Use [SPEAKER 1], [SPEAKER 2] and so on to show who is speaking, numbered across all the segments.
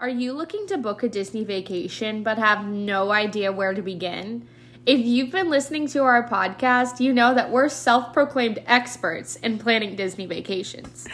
[SPEAKER 1] Are you looking to book a Disney vacation but have no idea where to begin? If you've been listening to our podcast, you know that we're self proclaimed experts in planning Disney vacations.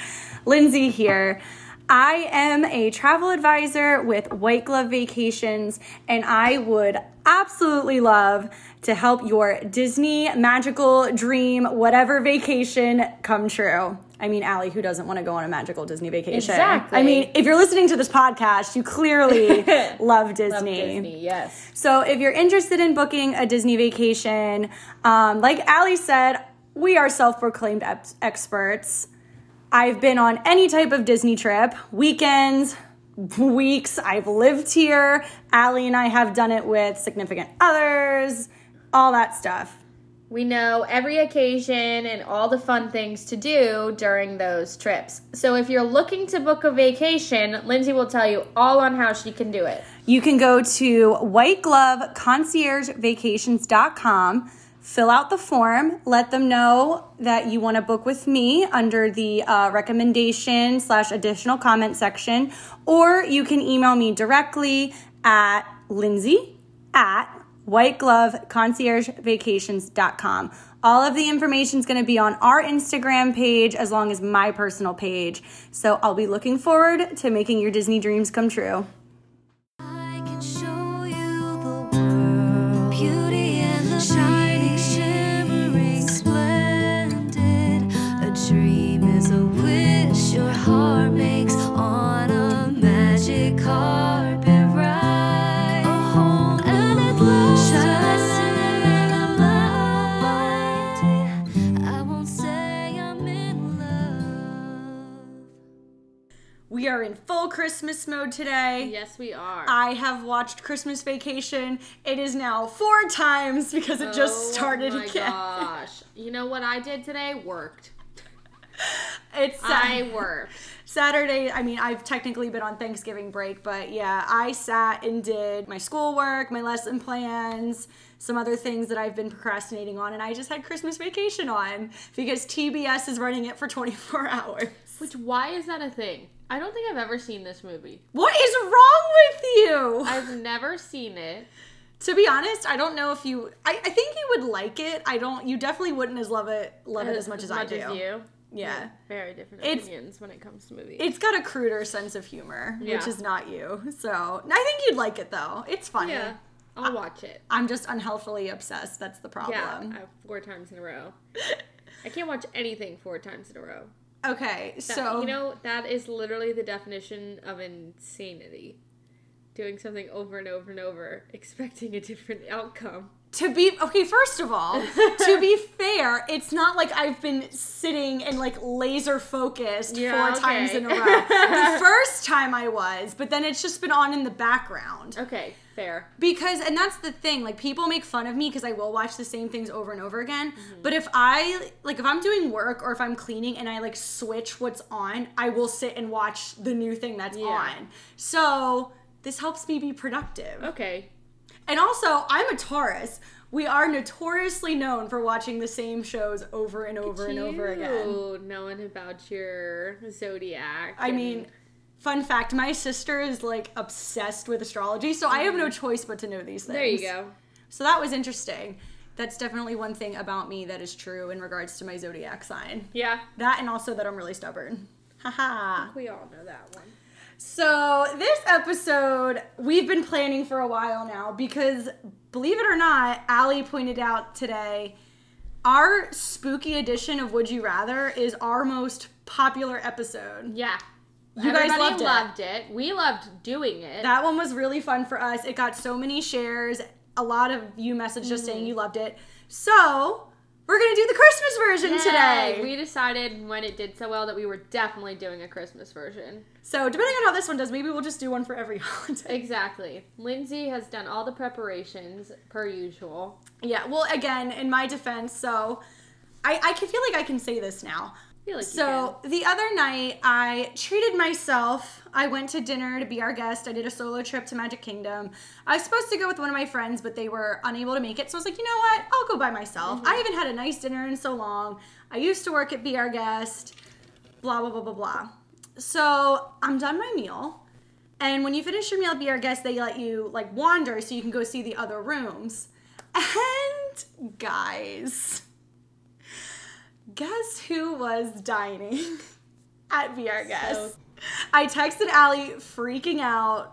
[SPEAKER 2] Lindsay here. I am a travel advisor with White Glove Vacations, and I would absolutely love to help your Disney magical dream, whatever vacation, come true. I mean, Allie, who doesn't want to go on a magical Disney vacation?
[SPEAKER 1] Exactly.
[SPEAKER 2] I mean, if you're listening to this podcast, you clearly love Disney.
[SPEAKER 1] Disney, yes.
[SPEAKER 2] So if you're interested in booking a Disney vacation, um, like Ali said, we are self-proclaimed ep- experts. I've been on any type of Disney trip, weekends, weeks. I've lived here. Allie and I have done it with significant others, all that stuff.
[SPEAKER 1] We know every occasion and all the fun things to do during those trips. So if you're looking to book a vacation, Lindsay will tell you all on how she can do it.
[SPEAKER 2] You can go to whitegloveconciergevacations.com, fill out the form, let them know that you want to book with me under the uh, recommendation slash additional comment section, or you can email me directly at lindsay at whitegloveconciergevacations.com. All of the information is going to be on our Instagram page as long as my personal page. So I'll be looking forward to making your Disney dreams come true.
[SPEAKER 3] I can show you the world, beauty and the shining, shimmering, splendid. A dream is a wish your heart makes on a magic carpet ride. A home and it looks shining I won't say I'm in love.
[SPEAKER 2] We are in full Christmas mode today.
[SPEAKER 1] Yes, we are.
[SPEAKER 2] I have watched Christmas Vacation. It is now four times because it just started
[SPEAKER 1] oh my
[SPEAKER 2] again.
[SPEAKER 1] gosh. You know what I did today? Worked.
[SPEAKER 2] It's
[SPEAKER 1] I
[SPEAKER 2] sad.
[SPEAKER 1] worked.
[SPEAKER 2] Saturday. I mean, I've technically been on Thanksgiving break, but yeah, I sat and did my schoolwork, my lesson plans, some other things that I've been procrastinating on, and I just had Christmas Vacation on because TBS is running it for 24 hours.
[SPEAKER 1] Which why is that a thing? I don't think I've ever seen this movie.
[SPEAKER 2] What is wrong with you?
[SPEAKER 1] I've never seen it.
[SPEAKER 2] To be honest, I don't know if you. I, I think you would like it. I don't. You definitely wouldn't as love it love it as much as, I do.
[SPEAKER 1] you.
[SPEAKER 2] Yeah.
[SPEAKER 1] Very different
[SPEAKER 2] It's-
[SPEAKER 1] opinions when it comes to movies.
[SPEAKER 2] It's got a cruder sense of humor,
[SPEAKER 1] Yeah.
[SPEAKER 2] which is not you. So I think you'd like it though. It's funny.
[SPEAKER 1] yeah. I'll watch it.
[SPEAKER 2] I'm just unhealthily obsessed. That's the
[SPEAKER 1] Yeah.
[SPEAKER 2] problem.
[SPEAKER 1] uh, four times in a row. I can't watch anything four times in a row.
[SPEAKER 2] Okay,
[SPEAKER 1] That-
[SPEAKER 2] so
[SPEAKER 1] you know that is literally the definition of insanity. Doing something over and over and over, expecting a different outcome.
[SPEAKER 2] to be okay. First of all, to be fair, it's not like I've been sitting and like laser focused
[SPEAKER 1] Yeah,
[SPEAKER 2] four
[SPEAKER 1] okay.
[SPEAKER 2] times in a row. the first time I was, but then it's just been on in the background.
[SPEAKER 1] Okay, fair.
[SPEAKER 2] because and that's the thing like people make fun of me because i will watch the same things over and over again
[SPEAKER 1] Mm-hmm.
[SPEAKER 2] but if i like if i'm doing work or if i'm cleaning and i like switch what's on i will sit and watch the new thing that's
[SPEAKER 1] Yeah.
[SPEAKER 2] on so this helps me be productive
[SPEAKER 1] Okay.
[SPEAKER 2] and also i'm a taurus we are notoriously known for watching the same shows over and over and over again
[SPEAKER 1] You Knowing about your zodiac.
[SPEAKER 2] i
[SPEAKER 1] and-
[SPEAKER 2] mean fun fact my sister is like obsessed with astrology so i have no choice but to know these things
[SPEAKER 1] Mm-hmm. there you go.
[SPEAKER 2] So that was interesting. That's definitely one thing about me that is true in regards to my zodiac sign.
[SPEAKER 1] Yeah.
[SPEAKER 2] That and also that I'm really stubborn. Haha.
[SPEAKER 1] We all know that one.
[SPEAKER 2] So this episode we've been planning for a while now because believe it or not, Allie pointed out today our spooky edition of Would You Rather is our most popular episode.
[SPEAKER 1] Yeah.
[SPEAKER 2] You guys loved it.
[SPEAKER 1] it. We loved doing it.
[SPEAKER 2] That one was really fun for us. It got so many shares. A lot of you messaged us saying
[SPEAKER 1] Mm.
[SPEAKER 2] you loved it. So we're gonna do the Christmas version today.
[SPEAKER 1] Yay. We decided when it did so well that we were definitely doing a Christmas version.
[SPEAKER 2] so depending on how this one does, maybe we'll just do one for every holiday.
[SPEAKER 1] Exactly. Lindsay has done all the preparations per usual.
[SPEAKER 2] Yeah. Well, again, in my defense, so I, I can feel like I can say this now.
[SPEAKER 1] I feel like you
[SPEAKER 2] So the other night, I treated myself. I went to dinner to be our guest. I did a solo trip to Magic Kingdom. I was supposed to go with one of my friends, but they were unable to make it. So I was like, you know what? I'll go by myself. I haven't had a nice dinner in so long. I used to work at Be Our Guest. Blah blah blah blah blah. So I'm done my meal, And when you finish your meal, be our guest, they let you like wander so you can go see the other rooms. And guys, guess who was dining at Be Our Guest? I texted Allie freaking out.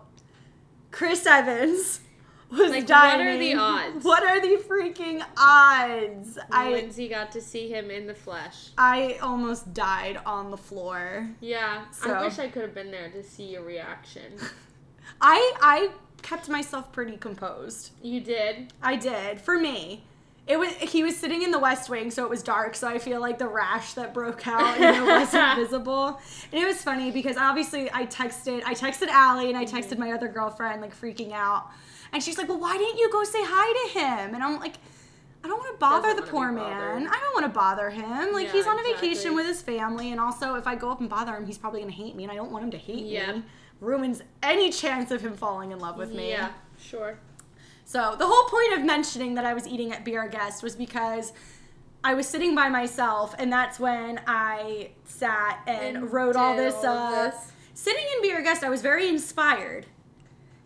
[SPEAKER 2] Chris Evans was
[SPEAKER 1] Like, what
[SPEAKER 2] dining.
[SPEAKER 1] are the odds?
[SPEAKER 2] What are the freaking odds? I
[SPEAKER 1] Lindsay got to see him in the flesh.
[SPEAKER 2] I almost died on the floor.
[SPEAKER 1] Yeah,
[SPEAKER 2] So-
[SPEAKER 1] I wish I could have been there to see your reaction.
[SPEAKER 2] I I kept myself pretty composed.
[SPEAKER 1] You did.
[SPEAKER 2] I did for me. It was he was sitting in the west wing, so it was dark. So I feel like the rash that broke out you know, wasn't visible. And it was funny because obviously I texted I texted Allie and I
[SPEAKER 1] Mm-hmm.
[SPEAKER 2] texted my other girlfriend like freaking out, and she's like, "Well, why didn't you go say hi to him?" And I'm like. I don't want to bother
[SPEAKER 1] Doesn't
[SPEAKER 2] the poor
[SPEAKER 1] wanna be
[SPEAKER 2] man.
[SPEAKER 1] bothered.
[SPEAKER 2] I don't want to bother him. Like
[SPEAKER 1] Yeah,
[SPEAKER 2] he's on a
[SPEAKER 1] exactly.
[SPEAKER 2] vacation with his family, and also if I go up and bother him, he's probably gonna hate me, and I don't want him to hate
[SPEAKER 1] Yep.
[SPEAKER 2] me. Ruins any chance of him falling in love with me.
[SPEAKER 1] Yeah, sure.
[SPEAKER 2] So the whole point of mentioning that I was eating at Be Our Guest was because I was sitting by myself, and that's when I sat and,
[SPEAKER 1] And
[SPEAKER 2] wrote all
[SPEAKER 1] did
[SPEAKER 2] this
[SPEAKER 1] all of
[SPEAKER 2] up.
[SPEAKER 1] this.
[SPEAKER 2] Sitting in Be Our Guest, I was very inspired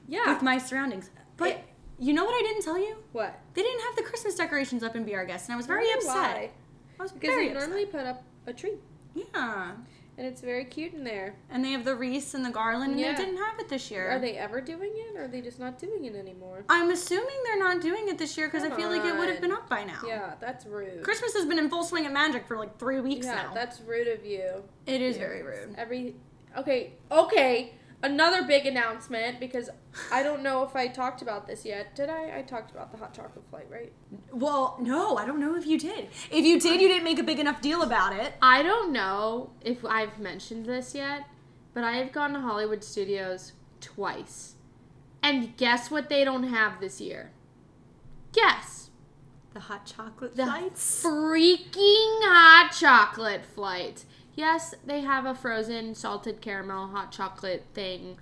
[SPEAKER 1] Yeah.
[SPEAKER 2] with my surroundings. But
[SPEAKER 1] It-
[SPEAKER 2] you know what I didn't tell you?
[SPEAKER 1] what?
[SPEAKER 2] They didn't have the Christmas decorations up in Be Our Guest, and I was very
[SPEAKER 1] Wonder
[SPEAKER 2] upset.
[SPEAKER 1] why.
[SPEAKER 2] I was
[SPEAKER 1] Because
[SPEAKER 2] very
[SPEAKER 1] they
[SPEAKER 2] upset.
[SPEAKER 1] normally put up a tree,
[SPEAKER 2] yeah,
[SPEAKER 1] and it's very cute in there.
[SPEAKER 2] and they have the wreaths and the garland, and
[SPEAKER 1] Yeah.
[SPEAKER 2] they didn't have it this year.
[SPEAKER 1] Are they ever doing it, or are they just not doing it anymore?
[SPEAKER 2] I'm assuming they're not doing it this year because I
[SPEAKER 1] Come
[SPEAKER 2] feel like it would have
[SPEAKER 1] on.
[SPEAKER 2] been up by now.
[SPEAKER 1] Yeah, that's rude.
[SPEAKER 2] Christmas has been in full swing at Magic for like three weeks
[SPEAKER 1] yeah,
[SPEAKER 2] now.
[SPEAKER 1] that's rude of you.
[SPEAKER 2] It is very rude.
[SPEAKER 1] Every okay, okay. Another big announcement because I don't know if I talked about this yet. Did I? I talked about the hot chocolate flight, right?
[SPEAKER 2] Well, no, I don't know if you did. If you did, you didn't make a big enough deal about it.
[SPEAKER 1] I don't know if I've mentioned this yet, but I have gone to Hollywood Studios twice. And guess what they don't have this year? Guess.
[SPEAKER 2] The hot chocolate
[SPEAKER 1] The
[SPEAKER 2] flights.
[SPEAKER 1] freaking hot chocolate flight. Yes, they have a frozen salted caramel hot chocolate thing.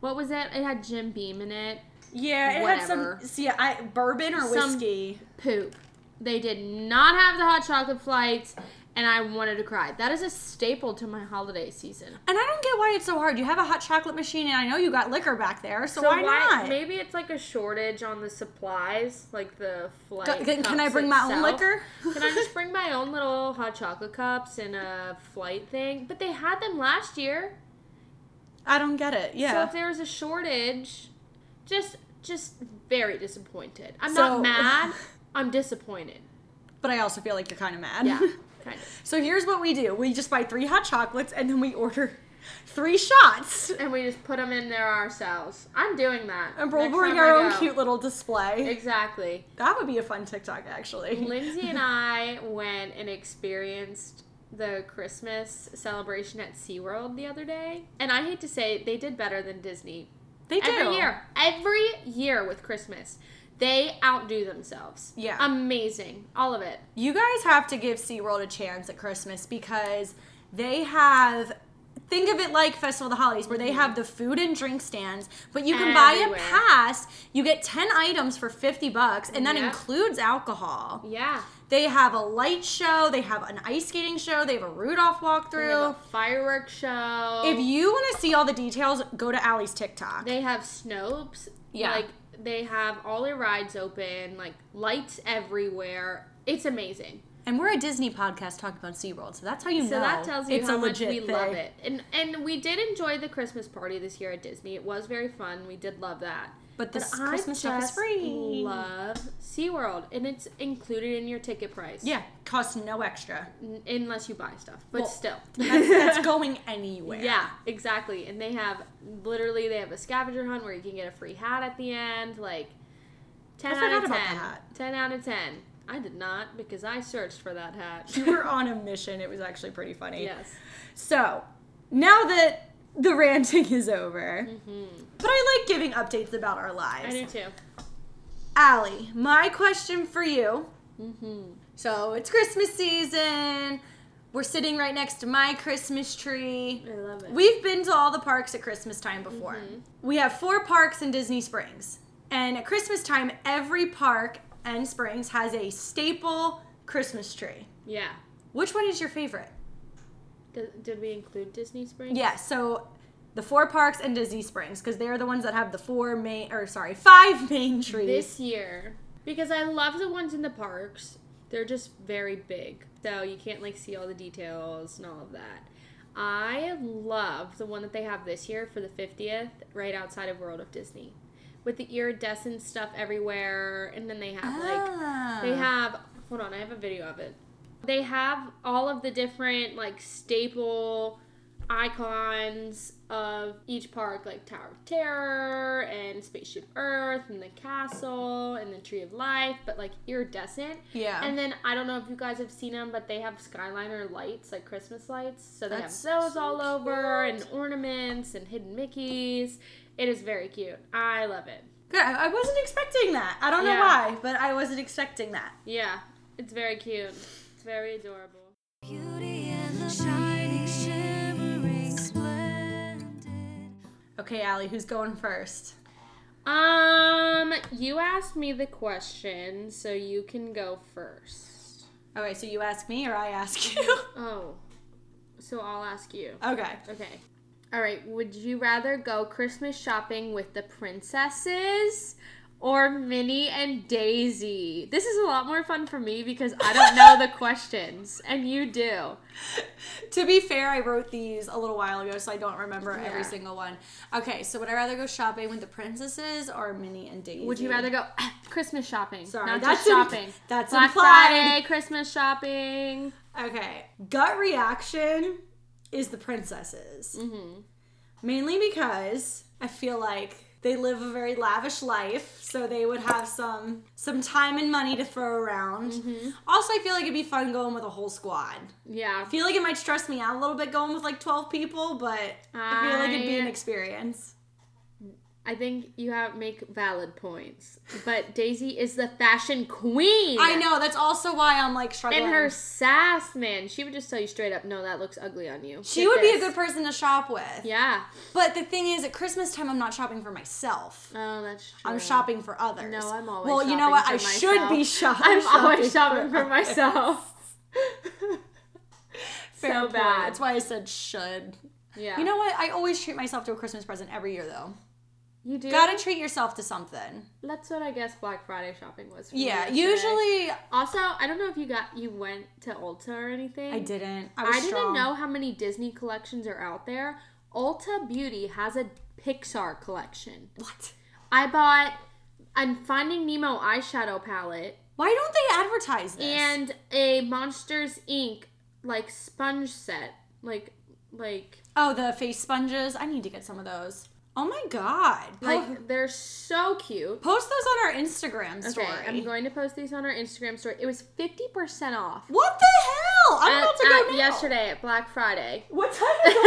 [SPEAKER 1] What was it? It had Jim Beam in it.
[SPEAKER 2] Yeah, it had
[SPEAKER 1] Whatever.
[SPEAKER 2] some. See, I bourbon or
[SPEAKER 1] Some-
[SPEAKER 2] whiskey.
[SPEAKER 1] Poop. They did not have the hot chocolate flights, and I wanted to cry. That is a staple to my holiday season.
[SPEAKER 2] And I don't get why it's so hard. You have a hot chocolate machine, and I know you got liquor back there, so,
[SPEAKER 1] So
[SPEAKER 2] why, not?
[SPEAKER 1] Maybe it's like a shortage on the supplies, like the flight.
[SPEAKER 2] Can- can
[SPEAKER 1] cups
[SPEAKER 2] I bring my own
[SPEAKER 1] itself.
[SPEAKER 2] liquor?
[SPEAKER 1] can I just bring my own little hot chocolate cups and a flight thing? But they had them last year,
[SPEAKER 2] I don't get it.
[SPEAKER 1] so
[SPEAKER 2] Yeah.
[SPEAKER 1] if there was a shortage, just just very disappointed. I'm not
[SPEAKER 2] So-
[SPEAKER 1] mad. I'm disappointed.
[SPEAKER 2] but I also feel like you're kind of mad.
[SPEAKER 1] Yeah, kind of.
[SPEAKER 2] so here's what we do we just buy three hot chocolates, and then we order three shots.
[SPEAKER 1] And we just put them in there ourselves. I'm doing that.
[SPEAKER 2] And we'll
[SPEAKER 1] next
[SPEAKER 2] bring
[SPEAKER 1] time I
[SPEAKER 2] our own
[SPEAKER 1] go.
[SPEAKER 2] cute little display.
[SPEAKER 1] Exactly.
[SPEAKER 2] That would be a fun TikTok, actually.
[SPEAKER 1] Lindsay and I went and experienced the Christmas celebration at SeaWorld the other day. And I hate to say they did better than Disney.
[SPEAKER 2] They do.
[SPEAKER 1] Every year. Every year with Christmas. They outdo themselves.
[SPEAKER 2] Yeah.
[SPEAKER 1] Amazing. All of it.
[SPEAKER 2] You guys have to give SeaWorld a chance at Christmas because they have think of it like Festival of the Holidays where they have the food and drink stands, but you can buy
[SPEAKER 1] Mm-hmm. Everywhere.
[SPEAKER 2] a pass, you get 10 items for 50 bucks and that
[SPEAKER 1] Yep.
[SPEAKER 2] includes alcohol.
[SPEAKER 1] Yeah.
[SPEAKER 2] They have a light show, they have an ice skating show, they have a Rudolph
[SPEAKER 1] They have
[SPEAKER 2] walkthrough.
[SPEAKER 1] a fireworks show.
[SPEAKER 2] If you want to see all the details, go to Allie's TikTok.
[SPEAKER 1] they have Snopes.
[SPEAKER 2] Yeah.
[SPEAKER 1] Like they have all their rides open, like lights everywhere. It's amazing.
[SPEAKER 2] and we're a Disney podcast talking about SeaWorld, so that's how you
[SPEAKER 1] So
[SPEAKER 2] know.
[SPEAKER 1] that tells you
[SPEAKER 2] it's
[SPEAKER 1] how
[SPEAKER 2] a
[SPEAKER 1] much
[SPEAKER 2] legit
[SPEAKER 1] we love
[SPEAKER 2] thing.
[SPEAKER 1] it. And and we did enjoy the Christmas party this year at Disney. It was very fun. We did love that.
[SPEAKER 2] But this
[SPEAKER 1] I
[SPEAKER 2] Christmas stuff is
[SPEAKER 1] just
[SPEAKER 2] free.
[SPEAKER 1] Love SeaWorld. And it's included in your ticket price.
[SPEAKER 2] Yeah, costs no extra.
[SPEAKER 1] N- unless you buy stuff. But
[SPEAKER 2] Well,
[SPEAKER 1] still.
[SPEAKER 2] That's, that's going anywhere.
[SPEAKER 1] yeah, exactly. And they have literally they have a scavenger hunt where you can get a free hat at the end. Like ten
[SPEAKER 2] I
[SPEAKER 1] out
[SPEAKER 2] forgot
[SPEAKER 1] of
[SPEAKER 2] about
[SPEAKER 1] ten.
[SPEAKER 2] the hat.
[SPEAKER 1] Ten out of ten. I did not because I searched for that hat.
[SPEAKER 2] We were on a mission. It was actually pretty funny.
[SPEAKER 1] yes.
[SPEAKER 2] So now that the ranting is over, but I like giving updates about our
[SPEAKER 1] Mm-hmm. I
[SPEAKER 2] lives.
[SPEAKER 1] do too.
[SPEAKER 2] Allie, my question for you.
[SPEAKER 1] Mm-hmm.
[SPEAKER 2] So it's Christmas season. We're sitting right next to my Christmas tree.
[SPEAKER 1] I love it.
[SPEAKER 2] We've been to all the parks at Christmas time before.
[SPEAKER 1] Mm-hmm.
[SPEAKER 2] We have four parks in Disney Springs. And at Christmas time, every park and Springs has a staple Christmas tree.
[SPEAKER 1] Yeah.
[SPEAKER 2] Which one is your favorite?
[SPEAKER 1] Did, did we include Disney Springs?
[SPEAKER 2] Yeah, so the four parks and Disney Springs because they are the ones that have the four main or sorry five main trees.
[SPEAKER 1] this year because I love the ones in the parks. They're just very big, so you can't like see all the details and all of that. I love the one that they have this year for the 50th, right outside of World of Disney, with the iridescent stuff everywhere, and then they have
[SPEAKER 2] Oh.
[SPEAKER 1] like
[SPEAKER 2] Ah.
[SPEAKER 1] they
[SPEAKER 2] Um,
[SPEAKER 1] have hold on, I have a video of it. They have all of the different like staple icons of each park, like Tower of Terror and Spaceship Earth and the castle and the Tree of Life, but like iridescent.
[SPEAKER 2] yeah.
[SPEAKER 1] And then I don't know if you guys have seen them, but they have skyliner lights, like Christmas lights. So they
[SPEAKER 2] That's
[SPEAKER 1] have those
[SPEAKER 2] so
[SPEAKER 1] all over and
[SPEAKER 2] cute.
[SPEAKER 1] ornaments and hidden Mickeys. It is very cute. I love it.
[SPEAKER 2] Good. I I wasn't expecting that. I don't know
[SPEAKER 1] Yeah.
[SPEAKER 2] why, but I wasn't expecting that.
[SPEAKER 1] Yeah, it's very cute. It's very adorable.
[SPEAKER 3] Beauty and the shining, shimmering, splendid.
[SPEAKER 2] Okay, Allie, who's going first?
[SPEAKER 1] Um, you asked me the question, so you can go first.
[SPEAKER 2] Okay, so you ask me or I ask you?
[SPEAKER 1] Oh, so I'll ask you.
[SPEAKER 2] okay.
[SPEAKER 1] Okay. All right. Would you rather go Christmas shopping with the princesses or Minnie and Daisy? This is a lot more fun for me because I don't know the questions, and you do.
[SPEAKER 2] To be fair, I wrote these a little while ago, so I don't remember every
[SPEAKER 1] Yeah.
[SPEAKER 2] single one. Okay, so would I rather go shopping with the princesses or Minnie and Daisy?
[SPEAKER 1] Would you rather go Christmas shopping?
[SPEAKER 2] Sorry,
[SPEAKER 1] not
[SPEAKER 2] that's
[SPEAKER 1] just shopping.
[SPEAKER 2] im- that's
[SPEAKER 1] Black
[SPEAKER 2] implied.
[SPEAKER 1] Friday, Christmas shopping.
[SPEAKER 2] Okay, gut reaction is the princesses,
[SPEAKER 1] Mm-hmm.
[SPEAKER 2] mainly because I feel like they live a very lavish life, so they would have some some time and money to throw around.
[SPEAKER 1] Mm-hmm.
[SPEAKER 2] Also, I feel like it'd be fun going with a whole squad.
[SPEAKER 1] Yeah.
[SPEAKER 2] I feel like it might stress me out a little bit going with like 12 people, but I feel like it'd be an
[SPEAKER 1] I-
[SPEAKER 2] experience.
[SPEAKER 1] I think you have make valid points, but Daisy is the fashion queen.
[SPEAKER 2] I know, that's also why I'm like struggling.
[SPEAKER 1] And her sass, man, she would just tell you straight up, no, that looks ugly on you.
[SPEAKER 2] she
[SPEAKER 1] Get
[SPEAKER 2] would be a
[SPEAKER 1] this."
[SPEAKER 2] good person to shop with.
[SPEAKER 1] Yeah.
[SPEAKER 2] But the thing is, at Christmas time, I'm not shopping for myself.
[SPEAKER 1] Oh, that's true.
[SPEAKER 2] I'm shopping for others.
[SPEAKER 1] No, I'm always.
[SPEAKER 2] Well, you know
[SPEAKER 1] shopping
[SPEAKER 2] what?
[SPEAKER 1] for
[SPEAKER 2] I should be
[SPEAKER 1] myself.
[SPEAKER 2] shopping.
[SPEAKER 1] I'm always shopping for
[SPEAKER 2] others.
[SPEAKER 1] myself.
[SPEAKER 2] Fair
[SPEAKER 1] so
[SPEAKER 2] point.
[SPEAKER 1] bad.
[SPEAKER 2] That's why I said should.
[SPEAKER 1] yeah.
[SPEAKER 2] You know what? I always treat myself to a Christmas present every year, though.
[SPEAKER 1] you do.
[SPEAKER 2] Gotta treat yourself to something.
[SPEAKER 1] That's what I guess Black Friday shopping was. For me
[SPEAKER 2] Yeah.
[SPEAKER 1] yesterday.
[SPEAKER 2] Usually,
[SPEAKER 1] Also, I don't know if you got you went to Ulta or anything.
[SPEAKER 2] I didn't. I, was
[SPEAKER 1] I didn't
[SPEAKER 2] strong.
[SPEAKER 1] know how many Disney collections are out there. Ulta Beauty has a Pixar collection.
[SPEAKER 2] What?
[SPEAKER 1] I bought a Finding Nemo eyeshadow palette
[SPEAKER 2] Why don't they advertise this?
[SPEAKER 1] and a Monsters Inc. like sponge set. Like, like,
[SPEAKER 2] oh, the face sponges. I need to get some of those. Oh my god. Po-
[SPEAKER 1] like they're so cute.
[SPEAKER 2] post those on our Instagram story.
[SPEAKER 1] Okay, I'm going to post these on our Instagram story. It was 50% off.
[SPEAKER 2] what the hell? I'm
[SPEAKER 1] at-
[SPEAKER 2] about to go
[SPEAKER 1] at
[SPEAKER 2] now.
[SPEAKER 1] yesterday at Black Friday.
[SPEAKER 2] What time is it?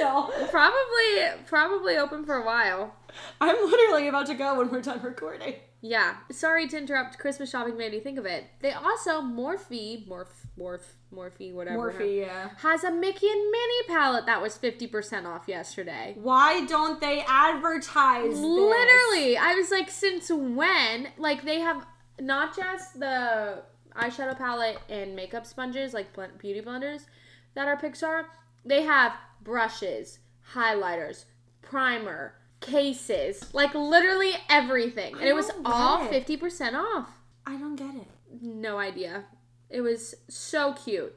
[SPEAKER 2] Sorry, I'm still-
[SPEAKER 1] Probably, probably open for a while.
[SPEAKER 2] I'm literally about to go when we're done recording.
[SPEAKER 1] Yeah. Sorry to interrupt. Christmas shopping made me think of it. They also Morphe, Morph, Morph, Morphe, whatever.
[SPEAKER 2] yeah.
[SPEAKER 1] Has a Mickey and Minnie palette that was 50% off yesterday.
[SPEAKER 2] Why don't they advertise? This?
[SPEAKER 1] Literally, I was like, since when? Like, they have not just the eyeshadow palette and makeup sponges, like bl- beauty blenders that are Pixar, they have brushes, highlighters, primer, cases, like literally everything. And it was
[SPEAKER 2] don't
[SPEAKER 1] all
[SPEAKER 2] get it.
[SPEAKER 1] 50% off.
[SPEAKER 2] I don't get it.
[SPEAKER 1] No idea. It was so cute.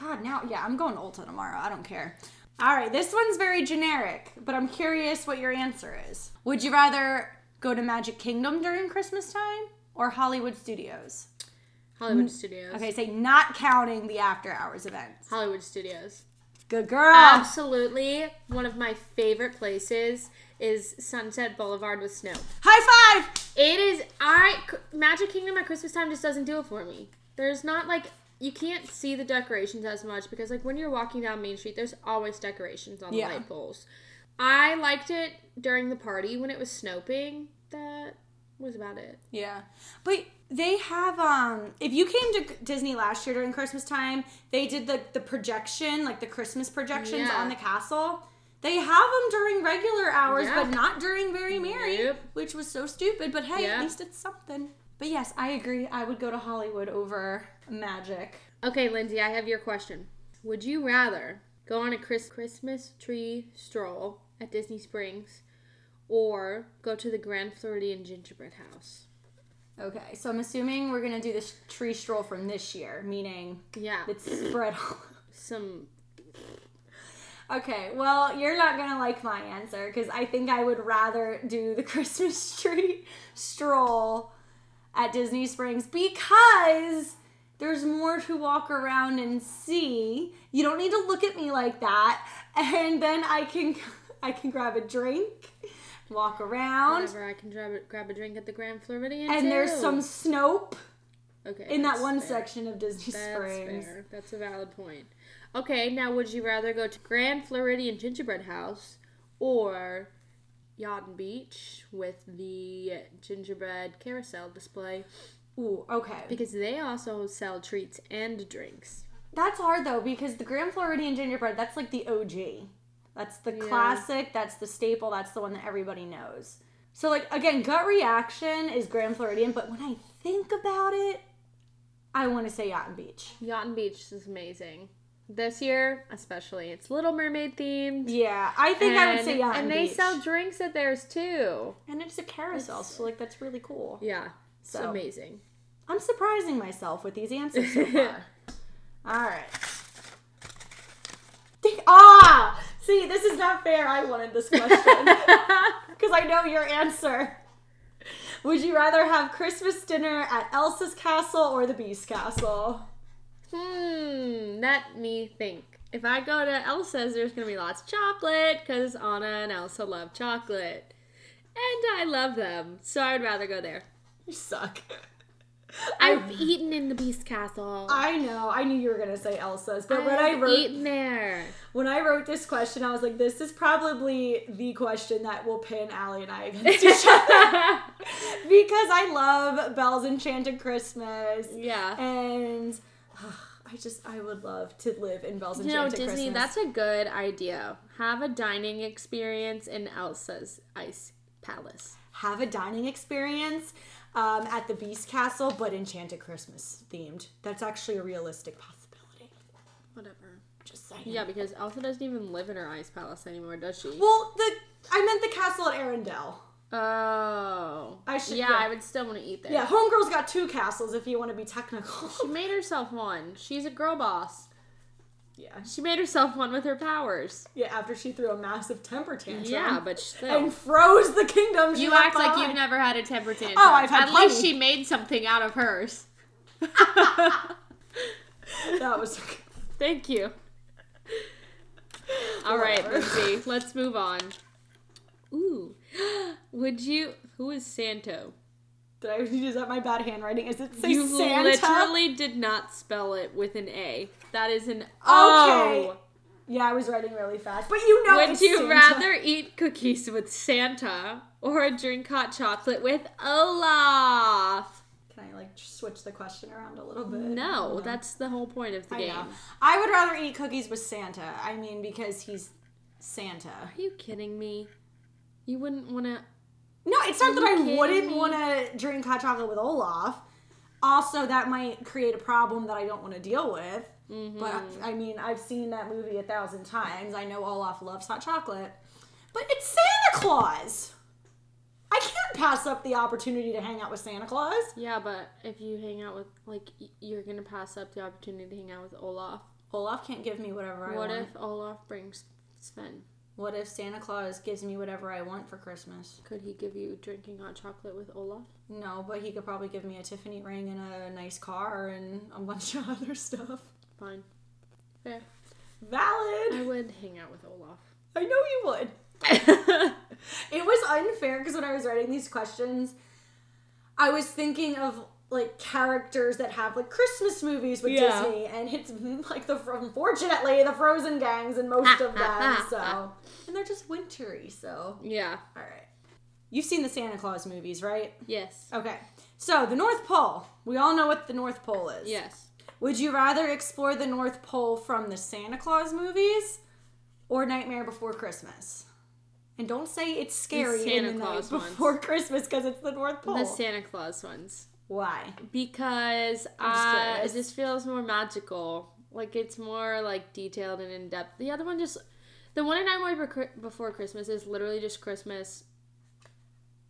[SPEAKER 2] God, now yeah, I'm going Ulta tomorrow. I don't care. All right, this one's very generic, but I'm curious what your answer is. Would you rather go to Magic Kingdom during Christmas time or Hollywood Studios?
[SPEAKER 1] Hollywood Studios.
[SPEAKER 2] Mm. Okay, say not counting the after hours events.
[SPEAKER 1] Hollywood Studios.
[SPEAKER 2] Good girl.
[SPEAKER 1] Um, Absolutely. One of my favorite places is Sunset Boulevard with snow.
[SPEAKER 2] High five.
[SPEAKER 1] It is I Magic Kingdom at Christmas time just doesn't do it for me. There's not like you can't see the decorations as much because like when you're walking down Main Street, there's always decorations on
[SPEAKER 2] Yeah.
[SPEAKER 1] the light poles. I liked it during the party when it was snowing. That was about it.
[SPEAKER 2] Yeah. But they have um if you came to Disney last year during Christmas time, they did the the projection, like the Christmas projections
[SPEAKER 1] Yeah.
[SPEAKER 2] on the castle. They have them during regular hours,
[SPEAKER 1] Yeah.
[SPEAKER 2] but not during Very Merry,
[SPEAKER 1] Nope.
[SPEAKER 2] which was so stupid, but hey, at
[SPEAKER 1] Yeah.
[SPEAKER 2] least it's something. But yes, I agree. I would go to Hollywood over Magic.
[SPEAKER 1] Okay, Lindsay, I have your question. Would you rather go on a Chris- Christmas tree stroll at Disney Springs, or go to the Grand Floridian Gingerbread House.
[SPEAKER 2] Okay, so I'm assuming we're gonna do this tree stroll from this year, meaning
[SPEAKER 1] Yeah,
[SPEAKER 2] it's spread all.
[SPEAKER 1] some
[SPEAKER 2] Okay, well, you're not gonna like my answer because I think I would rather do the Christmas tree stroll at Disney Springs because there's more to walk around and see. You don't need to look at me like that, and then I can I can grab a drink, walk around,
[SPEAKER 1] whatever. I can grab a, grab a drink at the Grand Floridian.
[SPEAKER 2] and there's
[SPEAKER 1] too.
[SPEAKER 2] some snow
[SPEAKER 1] okay
[SPEAKER 2] in that
[SPEAKER 1] that's
[SPEAKER 2] one
[SPEAKER 1] fair.
[SPEAKER 2] section of Disney
[SPEAKER 1] That's
[SPEAKER 2] Springs.
[SPEAKER 1] fair. That's a valid point. Okay, now would you rather go to Grand Floridian Gingerbread House or Yachting Beach with the gingerbread carousel display?
[SPEAKER 2] Ooh, okay.
[SPEAKER 1] Because they also sell treats and drinks.
[SPEAKER 2] That's hard though because the Grand Floridian gingerbread that's like the OG. That's the classic, that's the staple, that's the one that everybody knows. So like again, gut reaction is Grand Floridian, but when I think about it, I want to say Yacht and Beach.
[SPEAKER 1] Yachting Beach is amazing. This year, especially, it's Little Mermaid themed.
[SPEAKER 2] Yeah, I think I would say Yacht and,
[SPEAKER 1] and they
[SPEAKER 2] Beach.
[SPEAKER 1] sell drinks at theirs too.
[SPEAKER 2] and it's a carousel, so like that's really cool.
[SPEAKER 1] Yeah, it's
[SPEAKER 2] So-
[SPEAKER 1] amazing.
[SPEAKER 2] I'm surprising myself with these answers so far. All right. Think- Ah, see, this is not fair. I wanted this question because I know your answer. Would you rather have Christmas dinner at Elsa's castle or the Beast castle?
[SPEAKER 1] Hmm, let me think. If I go to Elsa's, there's gonna be lots of chocolate because Anna and Elsa love chocolate, and I love them, so I would rather go there.
[SPEAKER 2] You suck.
[SPEAKER 1] I've eaten in the Beast Castle.
[SPEAKER 2] I know. I knew you were gonna say Elsa's, but when I
[SPEAKER 1] I've
[SPEAKER 2] wrote
[SPEAKER 1] eaten there.
[SPEAKER 2] when I wrote this question, I was like, this is probably the question that will pin Allie and I against each other. because I love Belle's Enchanted Christmas.
[SPEAKER 1] Yeah.
[SPEAKER 2] And ugh, I just, I would love to live in Belle's
[SPEAKER 1] You know,
[SPEAKER 2] Enchanted
[SPEAKER 1] Disney,
[SPEAKER 2] Christmas.
[SPEAKER 1] that's a good idea. Have a dining experience in Elsa's Ice Palace.
[SPEAKER 2] Have a dining experience um, at the Beast Castle, but Enchanted Christmas themed. That's actually a realistic possibility.
[SPEAKER 1] Whatever.
[SPEAKER 2] Just saying.
[SPEAKER 1] Yeah, because Elsa doesn't even live in her Ice Palace anymore, does she?
[SPEAKER 2] Well, the I meant the castle at Arendelle.
[SPEAKER 1] Oh.
[SPEAKER 2] I should-
[SPEAKER 1] Yeah,
[SPEAKER 2] yeah.
[SPEAKER 1] I would still want to eat there.
[SPEAKER 2] Yeah, Homegirl's got two castles if you want to be technical.
[SPEAKER 1] She made herself one. She's a girl boss.
[SPEAKER 2] yeah.
[SPEAKER 1] She made herself one with her powers.
[SPEAKER 2] Yeah, after she threw a massive temper tantrum.
[SPEAKER 1] Yeah, but still.
[SPEAKER 2] and froze the kingdom. she
[SPEAKER 1] You
[SPEAKER 2] left
[SPEAKER 1] act like
[SPEAKER 2] behind.
[SPEAKER 1] you've never had a temper tantrum.
[SPEAKER 2] Oh, I've had
[SPEAKER 1] At least
[SPEAKER 2] plenty.
[SPEAKER 1] she made something out of hers.
[SPEAKER 2] That was.
[SPEAKER 1] Thank you. All right,
[SPEAKER 2] Whatever.
[SPEAKER 1] Lindsay, let's move on. Ooh. Would you. Who is Santo?
[SPEAKER 2] Did I use that my bad handwriting? Is it say
[SPEAKER 1] you
[SPEAKER 2] Santa?
[SPEAKER 1] literally did not spell it with an A. That is an O.
[SPEAKER 2] Okay. Yeah, I was writing really fast, but you know.
[SPEAKER 1] Would
[SPEAKER 2] it's
[SPEAKER 1] you
[SPEAKER 2] Santa.
[SPEAKER 1] rather eat cookies with Santa or drink hot chocolate with Olaf?
[SPEAKER 2] Can I like switch the question around a little bit?
[SPEAKER 1] No, that's the whole point of the
[SPEAKER 2] I
[SPEAKER 1] game.
[SPEAKER 2] know. I would rather eat cookies with Santa. I mean, because he's Santa.
[SPEAKER 1] Are you kidding me? You wouldn't want to.
[SPEAKER 2] No, it's not that
[SPEAKER 1] you
[SPEAKER 2] I
[SPEAKER 1] kidding
[SPEAKER 2] wouldn't
[SPEAKER 1] me?
[SPEAKER 2] want to drink hot chocolate with Olaf. Also, that might create a problem that I don't want to deal with. But
[SPEAKER 1] Mm-hmm.
[SPEAKER 2] I mean, I've seen that movie a thousand times. I know Olaf loves hot chocolate, but it's Santa Claus. I can't pass up the opportunity to hang out with Santa Claus.
[SPEAKER 1] Yeah, but if you hang out with like, y- you're gonna pass up the opportunity to hang out with Olaf.
[SPEAKER 2] Olaf can't give me whatever I
[SPEAKER 1] What
[SPEAKER 2] want.
[SPEAKER 1] if Olaf brings Sven?
[SPEAKER 2] what if Santa Claus gives me whatever I want for Christmas?
[SPEAKER 1] Could he give you drinking hot chocolate with Olaf?
[SPEAKER 2] No, but he could probably give me a Tiffany ring and a nice car and a bunch of other stuff.
[SPEAKER 1] Fine, fair.
[SPEAKER 2] Valid.
[SPEAKER 1] I would hang out with Olaf.
[SPEAKER 2] I know you would. it was unfair because when I was writing these questions, I was thinking of like characters that have like Christmas movies with
[SPEAKER 1] Yeah.
[SPEAKER 2] Disney, and it's like the unfortunately the Frozen gangs and most of them. So, and they're just wintry. So,
[SPEAKER 1] Yeah.
[SPEAKER 2] all right. You've seen the Santa Claus movies, right?
[SPEAKER 1] Yes.
[SPEAKER 2] Okay. So the North Pole. We all know what the North Pole is.
[SPEAKER 1] Yes.
[SPEAKER 2] Would you rather explore the North Pole from the Santa Claus movies or Nightmare Before Christmas? And don't say it's scary
[SPEAKER 1] The Santa
[SPEAKER 2] in the
[SPEAKER 1] Claus
[SPEAKER 2] night
[SPEAKER 1] ones.
[SPEAKER 2] before Christmas because it's the North Pole.
[SPEAKER 1] The Santa Claus ones.
[SPEAKER 2] Why?
[SPEAKER 1] Because
[SPEAKER 2] just
[SPEAKER 1] uh, it
[SPEAKER 2] curious.
[SPEAKER 1] just feels more magical Like it's more like detailed and in depth. The other one just the one in Nine Way Bec- Before Christmas is literally just Christmas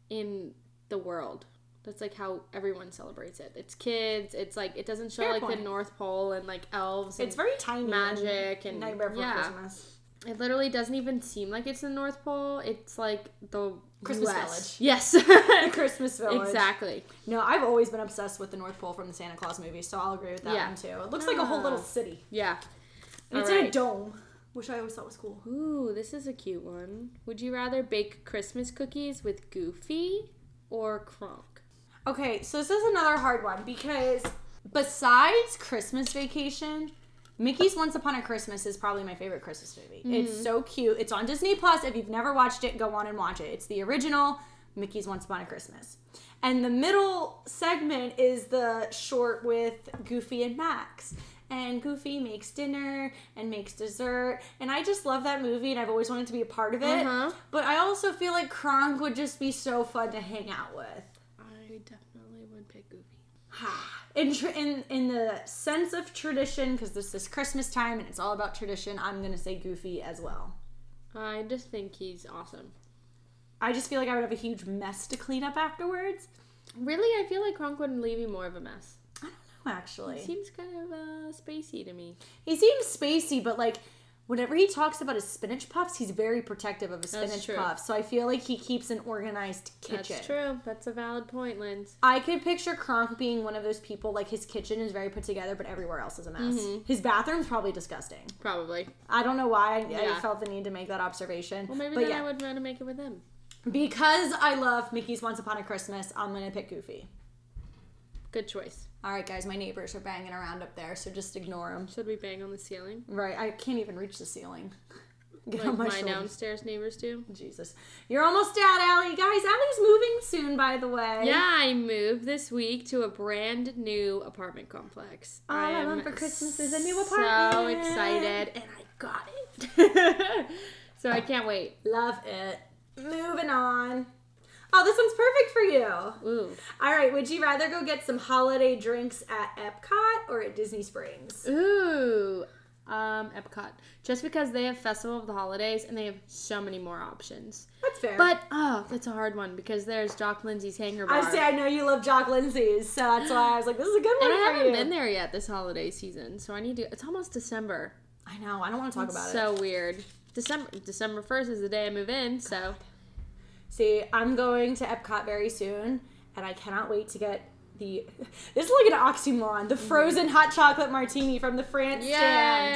[SPEAKER 1] in the world. That's like how everyone celebrates it. It's kids. It's like it doesn't show
[SPEAKER 2] Fair
[SPEAKER 1] like
[SPEAKER 2] point.
[SPEAKER 1] the North Pole and like elves.
[SPEAKER 2] It's
[SPEAKER 1] and-
[SPEAKER 2] very tiny. and
[SPEAKER 1] Magic and-
[SPEAKER 2] Nightmare Before
[SPEAKER 1] yeah.
[SPEAKER 2] Christmas.
[SPEAKER 1] It literally doesn't even seem like it's the North Pole. It's like the
[SPEAKER 2] Christmas
[SPEAKER 1] West.
[SPEAKER 2] Village.
[SPEAKER 1] Yes.
[SPEAKER 2] Christmas Village.
[SPEAKER 1] exactly.
[SPEAKER 2] No, I've always been obsessed with the North Pole from the Santa Claus movie, so I'll agree with that
[SPEAKER 1] Yeah.
[SPEAKER 2] one too. It looks like a whole little city.
[SPEAKER 1] Yeah.
[SPEAKER 2] And it's in a
[SPEAKER 1] Alright.
[SPEAKER 2] dome, which I always thought was cool.
[SPEAKER 1] Ooh, this is a cute one. Would you rather bake Christmas cookies with Goofy or Kronk?
[SPEAKER 2] Okay, so this is another hard one because besides Christmas Vacation, Mickey's Once Upon a Christmas is probably my favorite Christmas movie. It's so cute. It's on Disney Plus. If you've never watched it, go on and watch it. It's the original Mickey's Once Upon a Christmas. And the middle segment is the short with Goofy and Max. And Goofy makes dinner and makes dessert. And I just love that movie and I've always wanted to be a part of it.
[SPEAKER 1] Uh-huh.
[SPEAKER 2] But I also feel like Kronk would just be so fun to hang out with.
[SPEAKER 1] I definitely would pick Goofy.
[SPEAKER 2] in tr in in the sense of tradition because this is christmas time and it's all about tradition i'm gonna say goofy as well
[SPEAKER 1] I just think he's awesome.
[SPEAKER 2] i just feel like i would have a huge mess to clean up afterwards
[SPEAKER 1] Really, I feel like Kronk would leave you more of a mess.
[SPEAKER 2] i don't know actually
[SPEAKER 1] Seems kind of uh, spacey to me.
[SPEAKER 2] he seems spacey but like whenever he talks about his spinach puffs he's very protective of his
[SPEAKER 1] That's
[SPEAKER 2] spinach
[SPEAKER 1] true.
[SPEAKER 2] puffs so i feel like he keeps an organized kitchen
[SPEAKER 1] That's true. That's a valid point, Linz.
[SPEAKER 2] I could picture Kronk being one of those people, like his kitchen is very put together, but everywhere else is a mess.
[SPEAKER 1] Mm-hmm.
[SPEAKER 2] His bathroom's probably disgusting.
[SPEAKER 1] Probably.
[SPEAKER 2] I don't know why I, I
[SPEAKER 1] Yeah.
[SPEAKER 2] felt the need to make that observation.
[SPEAKER 1] Well, maybe
[SPEAKER 2] but
[SPEAKER 1] then
[SPEAKER 2] yeah.
[SPEAKER 1] I would rather make it with him.
[SPEAKER 2] Because I love Mickey's Once Upon a Christmas, I'm gonna pick Goofy.
[SPEAKER 1] Good choice.
[SPEAKER 2] All right, guys, my neighbors are banging around up there, so just ignore them.
[SPEAKER 1] Should we bang on the ceiling?
[SPEAKER 2] Right, I can't even reach the ceiling. Get
[SPEAKER 1] Like
[SPEAKER 2] on
[SPEAKER 1] my,
[SPEAKER 2] my, shoulders.
[SPEAKER 1] downstairs neighbors do?
[SPEAKER 2] Jesus, you're almost out, Allie. Guys, Allie's moving soon, by the way.
[SPEAKER 1] Yeah, I moved this week to a brand new apartment complex.
[SPEAKER 2] All Ah, I
[SPEAKER 1] am
[SPEAKER 2] want for Christmas is a new
[SPEAKER 1] So
[SPEAKER 2] apartment.
[SPEAKER 1] excited, and I got it. so I can't wait.
[SPEAKER 2] love it. Moving on. Oh, this one's perfect for you.
[SPEAKER 1] Ooh,
[SPEAKER 2] All right, would you rather go get some holiday drinks at Epcot or at Disney Springs?
[SPEAKER 1] ooh. Um, Epcot. Just because they have Festival of the Holidays and they have so many more options.
[SPEAKER 2] That's fair.
[SPEAKER 1] But oh, that's a hard one because there's Doc Lindsay's Hangar Bar.
[SPEAKER 2] I say I know you love Jock Lindsay's, so that's why I was like, this is a good one
[SPEAKER 1] Uh, and I
[SPEAKER 2] for
[SPEAKER 1] haven't
[SPEAKER 2] you.
[SPEAKER 1] been there yet this holiday season, so I need to. It's almost December.
[SPEAKER 2] I know. I don't want to talk about it.
[SPEAKER 1] so weird. December December first is the day I move in, so
[SPEAKER 2] See, I'm going to Epcot very soon, and I cannot wait to get the. This is like an oxymoron.
[SPEAKER 1] Mm-hmm.
[SPEAKER 2] The frozen hot chocolate martini from the France stand.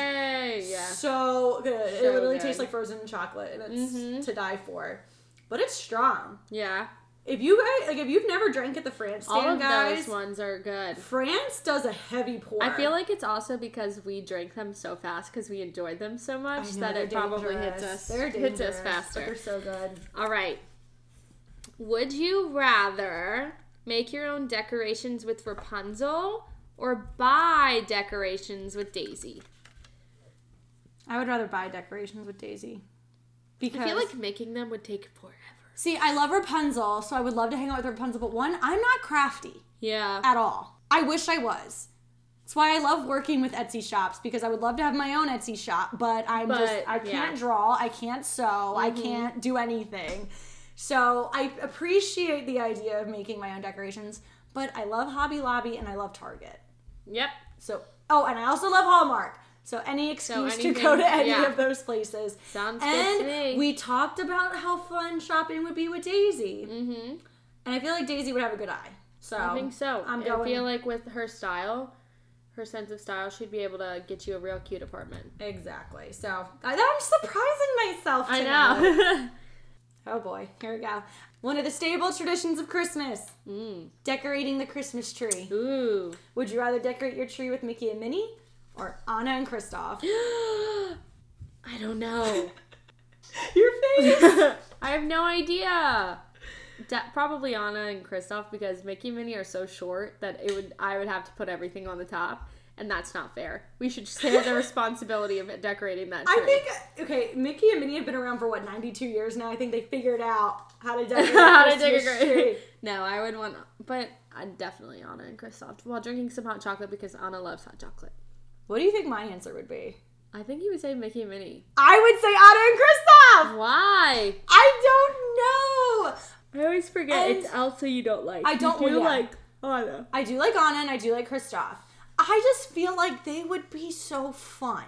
[SPEAKER 1] yay, yeah.
[SPEAKER 2] So
[SPEAKER 1] So
[SPEAKER 2] good. it literally
[SPEAKER 1] good. Mm-hmm.
[SPEAKER 2] tastes like frozen chocolate, and it's to die for. But it's strong.
[SPEAKER 1] Yeah.
[SPEAKER 2] If you guys like, if you've never drank at the France
[SPEAKER 1] All
[SPEAKER 2] stand,
[SPEAKER 1] of
[SPEAKER 2] guys,
[SPEAKER 1] those ones are good.
[SPEAKER 2] France does a heavy pour.
[SPEAKER 1] I feel like it's also because we drank them so fast because we enjoyed them so much
[SPEAKER 2] I know,
[SPEAKER 1] that
[SPEAKER 2] they're
[SPEAKER 1] it probably hits
[SPEAKER 2] dangerous.
[SPEAKER 1] us
[SPEAKER 2] They're
[SPEAKER 1] hits
[SPEAKER 2] dangerous,
[SPEAKER 1] us
[SPEAKER 2] but
[SPEAKER 1] faster.
[SPEAKER 2] They're so good.
[SPEAKER 1] All right. Would you rather make your own decorations with Rapunzel or buy decorations with Daisy?
[SPEAKER 2] I would rather buy decorations with Daisy. Because
[SPEAKER 1] I feel like making them would take forever.
[SPEAKER 2] see, I love Rapunzel, so I would love to hang out with Rapunzel, but one, I'm not crafty
[SPEAKER 1] Yeah.
[SPEAKER 2] at all. I wish I was. That's why I love working with Etsy shops because I would love to have my own Etsy shop, but I'm
[SPEAKER 1] But,
[SPEAKER 2] just I
[SPEAKER 1] yeah. Mm-hmm.
[SPEAKER 2] can't draw, I can't sew, I can't do anything. So I appreciate the idea of making my own decorations, but I love Hobby Lobby and I love Target.
[SPEAKER 1] Yep.
[SPEAKER 2] So oh, and I also love Hallmark. So any excuse to go
[SPEAKER 1] anything-
[SPEAKER 2] to any
[SPEAKER 1] yeah.
[SPEAKER 2] of those places.
[SPEAKER 1] Sounds good
[SPEAKER 2] and
[SPEAKER 1] to me.
[SPEAKER 2] we talked about how fun shopping would be with Daisy,
[SPEAKER 1] Mm-hmm.
[SPEAKER 2] and I feel like Daisy would have a good eye. So
[SPEAKER 1] I think so.
[SPEAKER 2] I'm
[SPEAKER 1] I
[SPEAKER 2] going
[SPEAKER 1] feel like with her style, her sense of style, she'd be able to get you a real cute apartment.
[SPEAKER 2] exactly. So I, I'm surprising myself.
[SPEAKER 1] I
[SPEAKER 2] Tonight.
[SPEAKER 1] know.
[SPEAKER 2] Oh boy, here we go. One of the stable traditions of Christmas:
[SPEAKER 1] Mm.
[SPEAKER 2] decorating the Christmas tree.
[SPEAKER 1] Ooh.
[SPEAKER 2] Would you rather decorate your tree with Mickey and Minnie, or Anna and Kristoff?
[SPEAKER 1] I don't know.
[SPEAKER 2] your face.
[SPEAKER 1] I have no idea. De- probably Anna and Kristoff because Mickey and Minnie are so short that it would I would have to put everything on the top, and that's not fair. We should share the responsibility of decorating that. Tree.
[SPEAKER 2] I think okay, Mickey and Minnie have been around for what ninety two years now. I think they figured out how to decorate
[SPEAKER 1] how
[SPEAKER 2] a
[SPEAKER 1] to
[SPEAKER 2] Christmas
[SPEAKER 1] decorate.
[SPEAKER 2] tree.
[SPEAKER 1] No, I would uh, want, but I definitely Anna and Kristoff while drinking some hot chocolate because Anna loves hot chocolate.
[SPEAKER 2] What do you think my answer would be?
[SPEAKER 1] I think you would say Mickey and Minnie.
[SPEAKER 2] I would say Otto and Kristoff.
[SPEAKER 1] Why?
[SPEAKER 2] I don't know.
[SPEAKER 1] I always forget
[SPEAKER 2] And-
[SPEAKER 1] it's Elsa you don't like.
[SPEAKER 2] I don't-
[SPEAKER 1] you do
[SPEAKER 2] yeah.
[SPEAKER 1] like Anna.
[SPEAKER 2] I do like Anna and I do like Kristoff. I just feel like they would be so fun.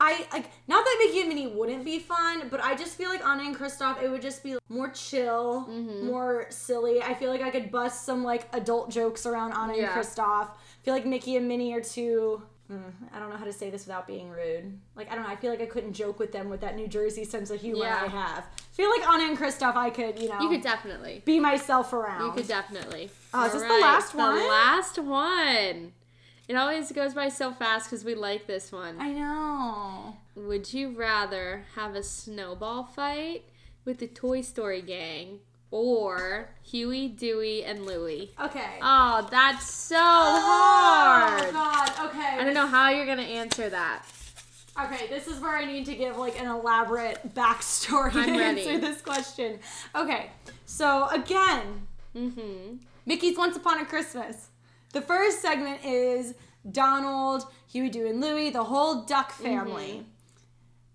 [SPEAKER 2] I like not that Mickey and Minnie wouldn't be fun, but I just feel like Anna and Kristoff, it would just be more chill,
[SPEAKER 1] Mm-hmm.
[SPEAKER 2] more silly. I feel like I could bust some like adult jokes around Anna
[SPEAKER 1] Yeah.
[SPEAKER 2] and Kristoff. I feel like Mickey and Minnie are too. mm, I don't know how to say this without being rude. Like I don't know. I feel like I couldn't joke with them with that New Jersey sense of humor
[SPEAKER 1] Yeah.
[SPEAKER 2] I have. I feel like Anna and Kristoff, I could you know
[SPEAKER 1] You could definitely.
[SPEAKER 2] be myself around.
[SPEAKER 1] You could definitely.
[SPEAKER 2] Oh, is this the
[SPEAKER 1] Alright,
[SPEAKER 2] last
[SPEAKER 1] The
[SPEAKER 2] one?
[SPEAKER 1] last one. It always goes by so fast because we like this one.
[SPEAKER 2] I know.
[SPEAKER 1] Would you rather have a snowball fight with the Toy Story gang or Huey, Dewey, and Louie?
[SPEAKER 2] Okay.
[SPEAKER 1] Oh, that's so
[SPEAKER 2] Oh
[SPEAKER 1] hard.
[SPEAKER 2] God. Okay.
[SPEAKER 1] I don't know how you're gonna answer that.
[SPEAKER 2] Okay, this is where I need to give like an elaborate backstory
[SPEAKER 1] I'm
[SPEAKER 2] to
[SPEAKER 1] ready.
[SPEAKER 2] answer this question. Okay, so again,
[SPEAKER 1] Mm-hmm.
[SPEAKER 2] Mickey's Once Upon a Christmas. The first segment is Donald, Huey, Dewey, and Louie, the whole Duck family.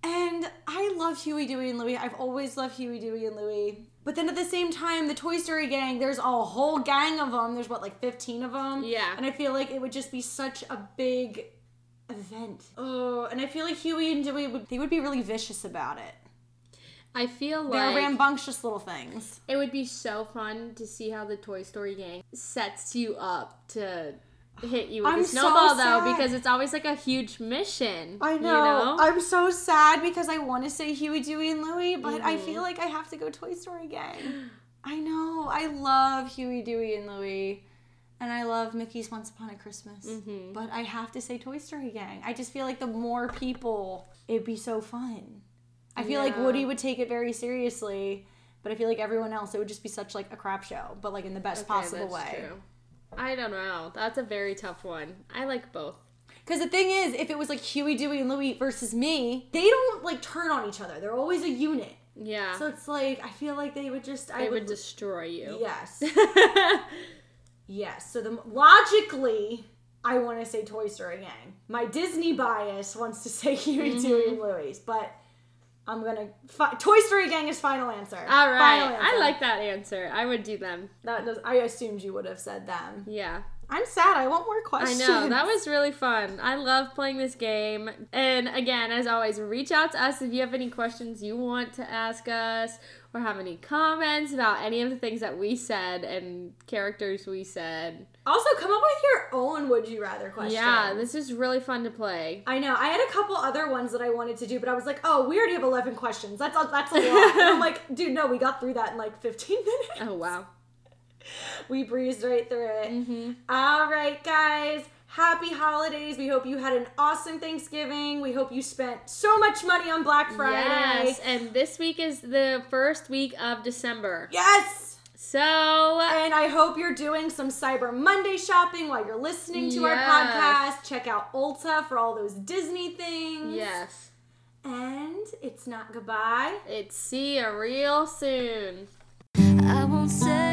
[SPEAKER 2] And I love Huey, Dewey, and Louie. I've always loved Huey, Dewey, and Louie. But then at the same time, the Toy Story gang, there's a whole gang of them. There's what, like 15 of them?
[SPEAKER 1] Yeah.
[SPEAKER 2] And I feel like it would just be such a big event. Oh, and I feel like Huey and Dewey would, they would be really vicious about it.
[SPEAKER 1] I feel
[SPEAKER 2] They're
[SPEAKER 1] like
[SPEAKER 2] rambunctious little things.
[SPEAKER 1] it would be so fun to see how the Toy Story gang sets you up to hit you with
[SPEAKER 2] I'm
[SPEAKER 1] a
[SPEAKER 2] so
[SPEAKER 1] snowball
[SPEAKER 2] sad.
[SPEAKER 1] though, because it's always like a huge mission.
[SPEAKER 2] I know. I'm so sad because I want to say Huey, Dewey, and Louie, but I
[SPEAKER 1] Mm-hmm.
[SPEAKER 2] feel like I have to go Toy Story again. I know. I love Huey, Dewey, and Louie. And I love Mickey's Once Upon a Christmas.
[SPEAKER 1] Mm-hmm.
[SPEAKER 2] But I have to say Toy Story Gang. I just feel like the more people, it'd be so fun. I feel like
[SPEAKER 1] Yeah.
[SPEAKER 2] Woody would take it very seriously, but I feel like everyone else, it would just be such like a crap show, but like in the best
[SPEAKER 1] Okay,
[SPEAKER 2] possible
[SPEAKER 1] that's
[SPEAKER 2] way.
[SPEAKER 1] true. I don't know. That's a very tough one. I like both.
[SPEAKER 2] Because the thing is, if it was like Huey, Dewey, and Louie versus me, they don't like turn on each other. They're always a unit.
[SPEAKER 1] Yeah.
[SPEAKER 2] So it's like I feel like they would just.
[SPEAKER 1] I
[SPEAKER 2] I would.
[SPEAKER 1] would destroy you.
[SPEAKER 2] yes. yes. So the logically, I want to say Toy Story Gang. My Disney bias wants to say Huey,
[SPEAKER 1] Mm-hmm.
[SPEAKER 2] Dewey, and Louie's, but I'm gonna. Fi- Toy Story Gang is final answer.
[SPEAKER 1] All
[SPEAKER 2] Final
[SPEAKER 1] right.
[SPEAKER 2] answer.
[SPEAKER 1] I like that answer. I would do them.
[SPEAKER 2] that. Does, I assumed you would have said them.
[SPEAKER 1] Yeah.
[SPEAKER 2] I'm sad. I want more
[SPEAKER 1] I
[SPEAKER 2] questions.
[SPEAKER 1] know. That was really fun. I love playing this game. And again, as always, reach out to us if you have any questions you want to ask us or have any comments about any of the things that we said and characters we said.
[SPEAKER 2] Also, come up with your own would you rather question.
[SPEAKER 1] Yeah, this is really fun to play.
[SPEAKER 2] I know. I had a couple other ones that I wanted to do, but I was like, oh, we already have 11 questions. That's a, that's a lot. And I'm like, dude, no, we got through that in like 15 minutes.
[SPEAKER 1] Oh, wow.
[SPEAKER 2] We breezed right through it.
[SPEAKER 1] Mm-hmm.
[SPEAKER 2] All right, guys. Happy holidays. We hope you had an awesome Thanksgiving. We hope you spent so much money on Black Friday.
[SPEAKER 1] Yes, and this week is the first week of December.
[SPEAKER 2] Yes!
[SPEAKER 1] So,
[SPEAKER 2] And I hope you're doing some Cyber Monday shopping while you're listening to our
[SPEAKER 1] Yes.
[SPEAKER 2] podcast. Check out Ulta for all those Disney things.
[SPEAKER 1] yes,
[SPEAKER 2] And it's not goodbye.
[SPEAKER 1] it's see you real soon.
[SPEAKER 3] I won't say